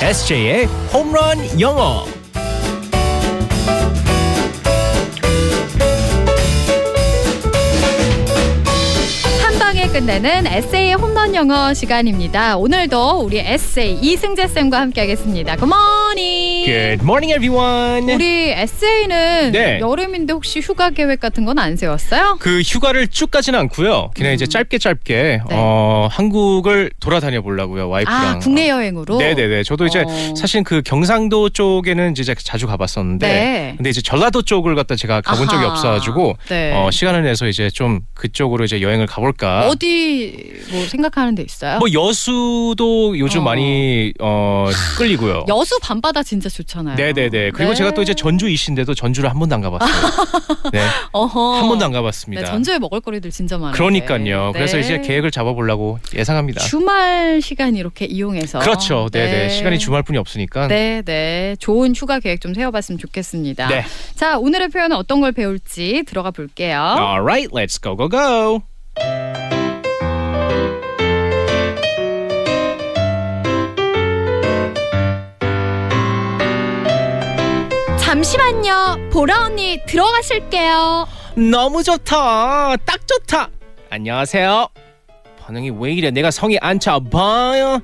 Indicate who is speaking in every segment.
Speaker 1: SJ의 홈런 영어.
Speaker 2: 한 방에 끝내는 에세이 홈런 영어 시간입니다. 오늘도 우리 에세이 이승재 쌤과 함께하겠습니다. Good morning.
Speaker 1: Good morning, everyone.
Speaker 2: 우리 에세이는
Speaker 1: 예. 네.
Speaker 2: 여름인데 혹시 휴가 계획 같은 건 안 세웠어요?
Speaker 1: 그 휴가를 쭉 가진 않고요. 그냥 이제 짧게 짧게
Speaker 2: 음. 네.
Speaker 1: 어, 한국을 돌아다녀 보려고요. 와이프랑. 어.
Speaker 2: 아 국내 여행으로.
Speaker 1: 네네네. 저도 이제
Speaker 2: 어.
Speaker 1: 사실 그 경상도 쪽에는 이제 자주 가봤었는데,
Speaker 2: 네.
Speaker 1: 근데 이제 전라도 쪽을 갖다 제가 가본 적이
Speaker 2: 아하.
Speaker 1: 없어가지고
Speaker 2: 네.
Speaker 1: 어, 시간을 내서 이제 좀 그쪽으로 이제 여행을 가볼까.
Speaker 2: 어디 뭐 생각하는 데 있어요?
Speaker 1: 뭐 여수도 요즘
Speaker 2: 어.
Speaker 1: 많이 어, 끌리고요.
Speaker 2: 여수 밤바다 진짜 좋잖아요.
Speaker 1: 네네네. 그리고
Speaker 2: 네.
Speaker 1: 제가 또 이제 전주이신데도 전주를 한 번도 안 가봤어요. 네,
Speaker 2: 어허.
Speaker 1: 한 번도 안
Speaker 2: 네,
Speaker 1: 가봤습니다.
Speaker 2: 전주에 네. 먹을거리들 진짜 많아요.
Speaker 1: 그러니까요. 그래서 이제 계획을 잡아보려고 예상합니다.
Speaker 2: 주말 시간 이렇게 이용해서
Speaker 1: 그렇죠. 네네. 시간이 주말뿐이 없으니까.
Speaker 2: 네, 네. 좋은 휴가 계획 좀 세워봤으면 좋겠습니다.
Speaker 1: 네.
Speaker 2: 자, 오늘의 표현은 어떤 걸 배울지 들어가 볼게요.
Speaker 1: All right, let's go go go.
Speaker 2: 잠시만요. 보라 언니 들어가실게요.
Speaker 1: 너무 좋다. 딱 좋다. 안녕하세요. 반응이 왜 이래? 내가 성에 안 차봐요.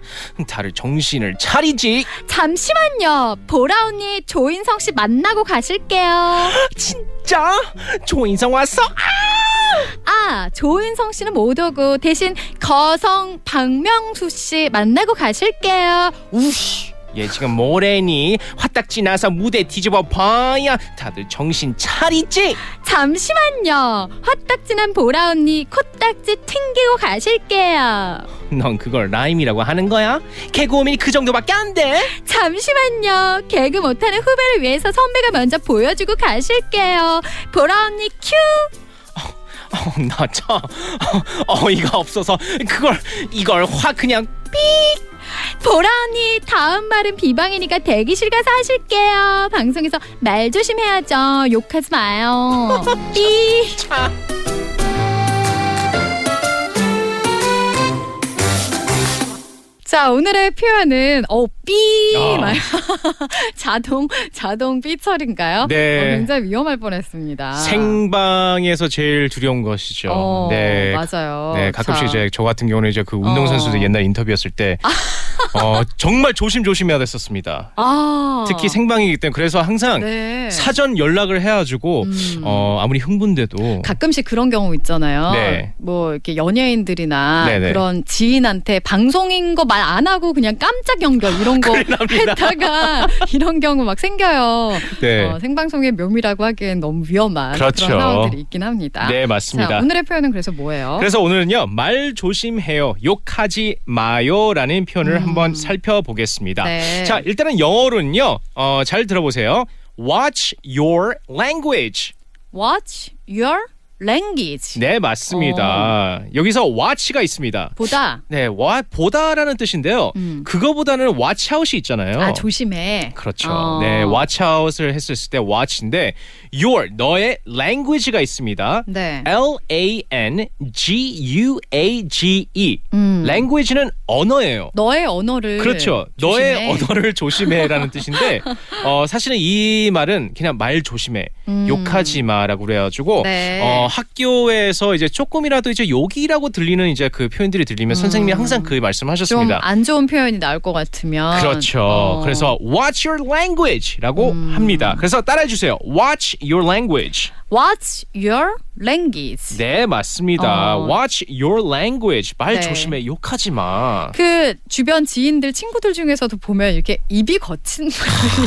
Speaker 1: 다들 정신을 차리지.
Speaker 2: 잠시만요. 보라 언니 조인성 씨 만나고 가실게요.
Speaker 1: 진짜? 조인성 왔어?
Speaker 2: 아, 조인성 씨는 못 오고 대신 거성 박명수 씨 만나고 가실게요.
Speaker 1: 우씨. 얘 지금 뭐래니? 화딱지 나서 무대 뒤집어 봐야 다들 정신 차리지.
Speaker 2: 잠시만요. 화딱지난 보라 언니 코딱지 튕기고 가실게요.
Speaker 1: 넌 그걸 라임이라고 하는 거야? 개그우민이 그 정도밖에 안 돼.
Speaker 2: 잠시만요. 개그 못하는 후배를 위해서 선배가 먼저 보여주고 가실게요. 보라 언니 큐.
Speaker 1: 어, 나참 어이가 없어서 그걸 이걸 확 그냥
Speaker 2: 보라 언니 다음 말은 비방이니까 대기실 가서 하실게요. 방송에서 말 조심해야죠. 욕하지 마요. 삐.
Speaker 1: 차.
Speaker 2: 자 오늘의 표현은 어삐
Speaker 1: 어.
Speaker 2: 말 자동 자동 삐철인가요?
Speaker 1: 네.
Speaker 2: 어, 굉장히 위험할 뻔했습니다.
Speaker 1: 생방에서 제일 두려운 것이죠.
Speaker 2: 아. 어,
Speaker 1: 네.
Speaker 2: 맞아요.
Speaker 1: 네, 가끔씩
Speaker 2: 자.
Speaker 1: 이제 저 같은 경우는 이제 그 운동 선수들
Speaker 2: 어.
Speaker 1: 옛날 인터뷰했을 때 어, 정말 조심조심해야 됐었습니다.
Speaker 2: 아.
Speaker 1: 특히 생방이기 때문에 그래서 항상
Speaker 2: 네.
Speaker 1: 사전 연락을 해가지고
Speaker 2: 음.
Speaker 1: 어, 아무리 흥분돼도
Speaker 2: 가끔씩 그런 경우 있잖아요.
Speaker 1: 네.
Speaker 2: 뭐 이렇게 연예인들이나
Speaker 1: 네네.
Speaker 2: 그런 지인한테 방송인 거 말 안 하고 그냥 깜짝 연결 이런 거
Speaker 1: 큰일 납니다.
Speaker 2: 했다가 이런 경우 막 생겨요.
Speaker 1: 네,
Speaker 2: 어, 생방송의 묘미라고 하기엔 너무 위험한
Speaker 1: 그렇죠.
Speaker 2: 런 상황들이 있긴 합니다.
Speaker 1: 네 맞습니다.
Speaker 2: 자, 오늘의 표현은 그래서 뭐예요?
Speaker 1: 그래서 오늘은요 말 조심해요 욕하지 마요라는 표현을
Speaker 2: 음.
Speaker 1: 한번 살펴보겠습니다.
Speaker 2: 네.
Speaker 1: 자 일단은 영어로는요 어, 잘 들어보세요. Watch your language.
Speaker 2: Watch your language.
Speaker 1: 네 맞습니다.
Speaker 2: 어.
Speaker 1: 여기서 watch가 있습니다.
Speaker 2: 보다
Speaker 1: 네 와, 보다라는 뜻인데요.
Speaker 2: 음.
Speaker 1: 그거보다는 watch out이 있잖아요.
Speaker 2: 아 조심해.
Speaker 1: 어. 그렇죠.
Speaker 2: 어.
Speaker 1: 네 watch out을 했을 때 watch인데 your 너의 language가 있습니다.
Speaker 2: 네.
Speaker 1: L A N G U A G E.
Speaker 2: 음.
Speaker 1: language는 언어예요.
Speaker 2: 너의 언어를
Speaker 1: 그렇죠.
Speaker 2: 조심해.
Speaker 1: 너의 언어를 조심해라는 뜻인데 어, 사실은 이 말은 그냥 말 조심해,
Speaker 2: 음.
Speaker 1: 욕하지 마라고 그래가지고
Speaker 2: 네.
Speaker 1: 어, 학교에서 이제 조금이라도 이제 욕이라고 들리는 이제 그 표현들이 들리면 선생님이 항상 그
Speaker 2: 음. 좀
Speaker 1: 말씀하셨습니다.
Speaker 2: 안 좋은 표현이 나올 것 같으면
Speaker 1: 그렇죠.
Speaker 2: 어.
Speaker 1: 그래서 watch your language라고
Speaker 2: 음.
Speaker 1: 합니다. 그래서 따라해 주세요. watch your language.
Speaker 2: What's your language?
Speaker 1: 네, 맞습니다.
Speaker 2: 어.
Speaker 1: watch your language. 말
Speaker 2: 네.
Speaker 1: 조심해, 욕하지 마.
Speaker 2: 그 주변 지인들 친구들 중에서도 보면 이렇게 입이 거친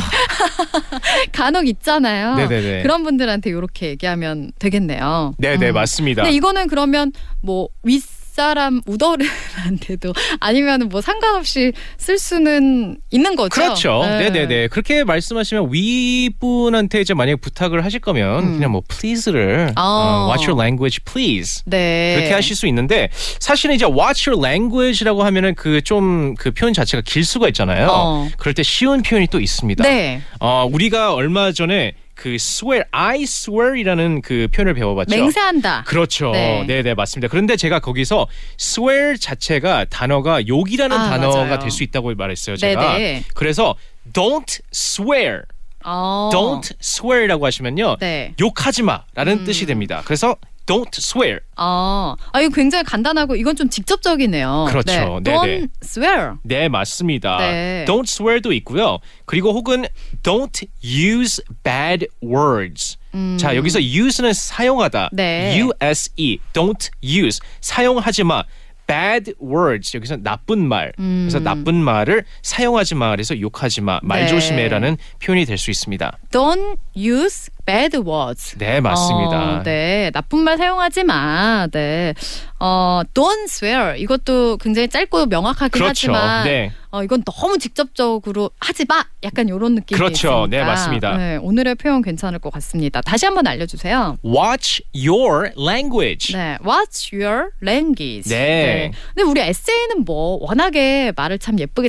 Speaker 2: 분들이 간혹 있잖아요.
Speaker 1: 네네네.
Speaker 2: 그런 분들한테 이렇게 얘기하면 되겠네요.
Speaker 1: 네, 네,
Speaker 2: 음.
Speaker 1: 맞습니다.
Speaker 2: 근데 이거는 그러면 뭐 윗사람 우더른한테도 아니면 뭐 상관없이 쓸 수는 있는 거죠.
Speaker 1: 그렇죠. 네.
Speaker 2: 네.
Speaker 1: 네네 그렇게 말씀하시면 윗분한테 이제 만약에 부탁을 하실 거면
Speaker 2: 음.
Speaker 1: 그냥 뭐 please를
Speaker 2: 어.
Speaker 1: 어, watch your language please.
Speaker 2: 네.
Speaker 1: 그렇게 하실 수 있는데 사실은 이제 watch your language라고 하면은 그 좀 그 표현 자체가 길 수가 있잖아요.
Speaker 2: 어.
Speaker 1: 그럴 때 쉬운 표현이 또 있습니다.
Speaker 2: 네.
Speaker 1: 어, 우리가 얼마 전에 그 swear, I swear이라는 그 표현을 배워봤죠.
Speaker 2: 맹세한다.
Speaker 1: 그렇죠.
Speaker 2: 네.
Speaker 1: 네. 네, 맞습니다. 그런데 제가 거기서 swear 자체가 단어가 욕이라는
Speaker 2: 아, 맞아요.
Speaker 1: 단어가 될 수 있다고 말했어요. 제가.
Speaker 2: 네네.
Speaker 1: 그래서 don't swear,
Speaker 2: 어.
Speaker 1: don't swear이라고 하시면요,
Speaker 2: 네.
Speaker 1: 욕하지 마라는
Speaker 2: 음.
Speaker 1: 뜻이 됩니다. 그래서 don't swear.
Speaker 2: 어. 아, 이거 굉장히 간단하고 이건 좀 직접적이네요.
Speaker 1: 그렇죠.
Speaker 2: 네.
Speaker 1: 네네.
Speaker 2: Don't swear.
Speaker 1: 네, 맞습니다.
Speaker 2: 네.
Speaker 1: don't swear도 있고요. 그리고 혹은 don't use bad words.
Speaker 2: 음.
Speaker 1: 자, 여기서 use는 사용하다.
Speaker 2: 네.
Speaker 1: use. don't use. 사용하지 마. bad words. 여기서 나쁜 말.
Speaker 2: 음.
Speaker 1: 그래서 나쁜 말을 사용하지 마. 그래서 욕하지 마. 말
Speaker 2: 네.
Speaker 1: 조심해라는 표현이 될 수 있습니다.
Speaker 2: Don't use bad words.
Speaker 1: 네, 맞습니다.
Speaker 2: 어, 네, 나쁜 말 사용하지 마. 네, 어, don't swear 이것도 굉장히 짧고 명확하긴
Speaker 1: 그렇죠.
Speaker 2: 하지만
Speaker 1: 네.
Speaker 2: 어, 이건 너무 직접적으로 하지 마. 약간 이런 느낌이
Speaker 1: 그렇죠.
Speaker 2: 있으니까.
Speaker 1: 네, 맞습니다.
Speaker 2: 네, 오늘의 표현 괜찮을 것 같습니다. 다시 한번 알려주세요.
Speaker 1: watch your language.
Speaker 2: 네, what's your language?
Speaker 1: 네.
Speaker 2: 근데 우리 에세이는 뭐 워낙에 말을 참 예쁘게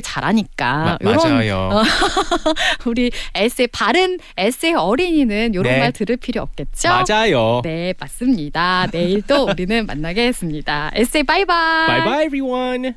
Speaker 1: 마-
Speaker 2: 잘하니까 요런 어,
Speaker 1: 맞아요.
Speaker 2: 우리 에세이 바른 에세이 어린이는 이런
Speaker 1: 네.
Speaker 2: 말 들을 필요 없겠죠?
Speaker 1: 맞아요.
Speaker 2: 네, 맞습니다. 내일 또 우리는 만나겠습니다. 에세이 바이바이.
Speaker 1: Bye bye everyone.